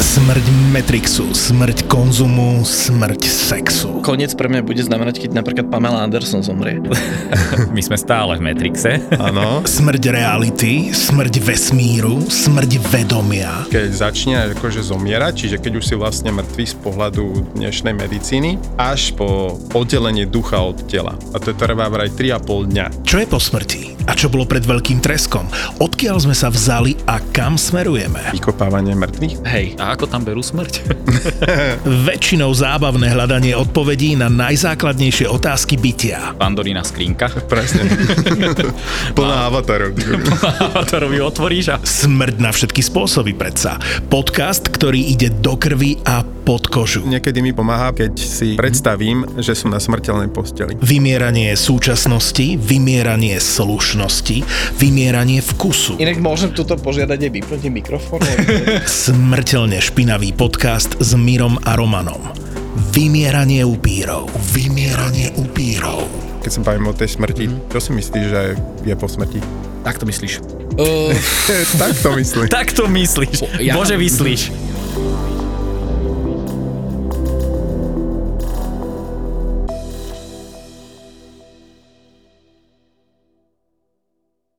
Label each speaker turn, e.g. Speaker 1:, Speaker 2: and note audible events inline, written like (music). Speaker 1: Smrť Matrixu, smrť konzumu, smrť sexu.
Speaker 2: Koniec pre mňa bude znamenať, keď napríklad Pamela Anderson zomrie.
Speaker 3: My sme stále v (laughs) Matrixe.
Speaker 4: Áno.
Speaker 1: Smrť reality, smrť vesmíru, smrť vedomia.
Speaker 4: (laughs) Keď začne akože zomierať, čiže keď už si vlastne mŕtvý z pohľadu dnešnej medicíny, až po oddelenie ducha od tela. A to trvá vraj 3,5 dňa.
Speaker 1: Čo je po smrti? A čo bolo pred veľkým treskom? Odkiaľ sme sa vzali a kam smerujeme?
Speaker 4: Vykopávanie mŕtvych?
Speaker 2: Hej,
Speaker 3: A ako tam berú smrť?
Speaker 1: Väčšinou zábavné hľadanie odpovedí na najzákladnejšie otázky bytia.
Speaker 3: Pandorina skrinka. (laughs)
Speaker 4: Presne. (laughs) Plná avatarov.
Speaker 3: Avatarovi otvoríš a...
Speaker 1: Smrť na všetky spôsoby predsa. Podcast, ktorý ide do krvi a pod kožu.
Speaker 4: (laughs) Niekedy mi pomáha, keď si predstavím, že som na smrteľnej posteli.
Speaker 1: Vymieranie súčasnosti, vymieranie slušnosti, vymieranie vkusu.
Speaker 2: Inak môžem tuto požiadať aj vypnutie mikrofónu.
Speaker 1: Smrteľne špinavý podcast s Mirom a Romanom. Vymieranie upírov. Vymieranie upírov.
Speaker 4: Keď sa bavím o tej smrti, čo si myslíš, že je po smrti?
Speaker 3: Tak to myslíš.
Speaker 2: uh,
Speaker 4: (laughs) tak to myslím.
Speaker 3: Tak to myslíš.
Speaker 2: Ja-
Speaker 3: Bože, vyslíš.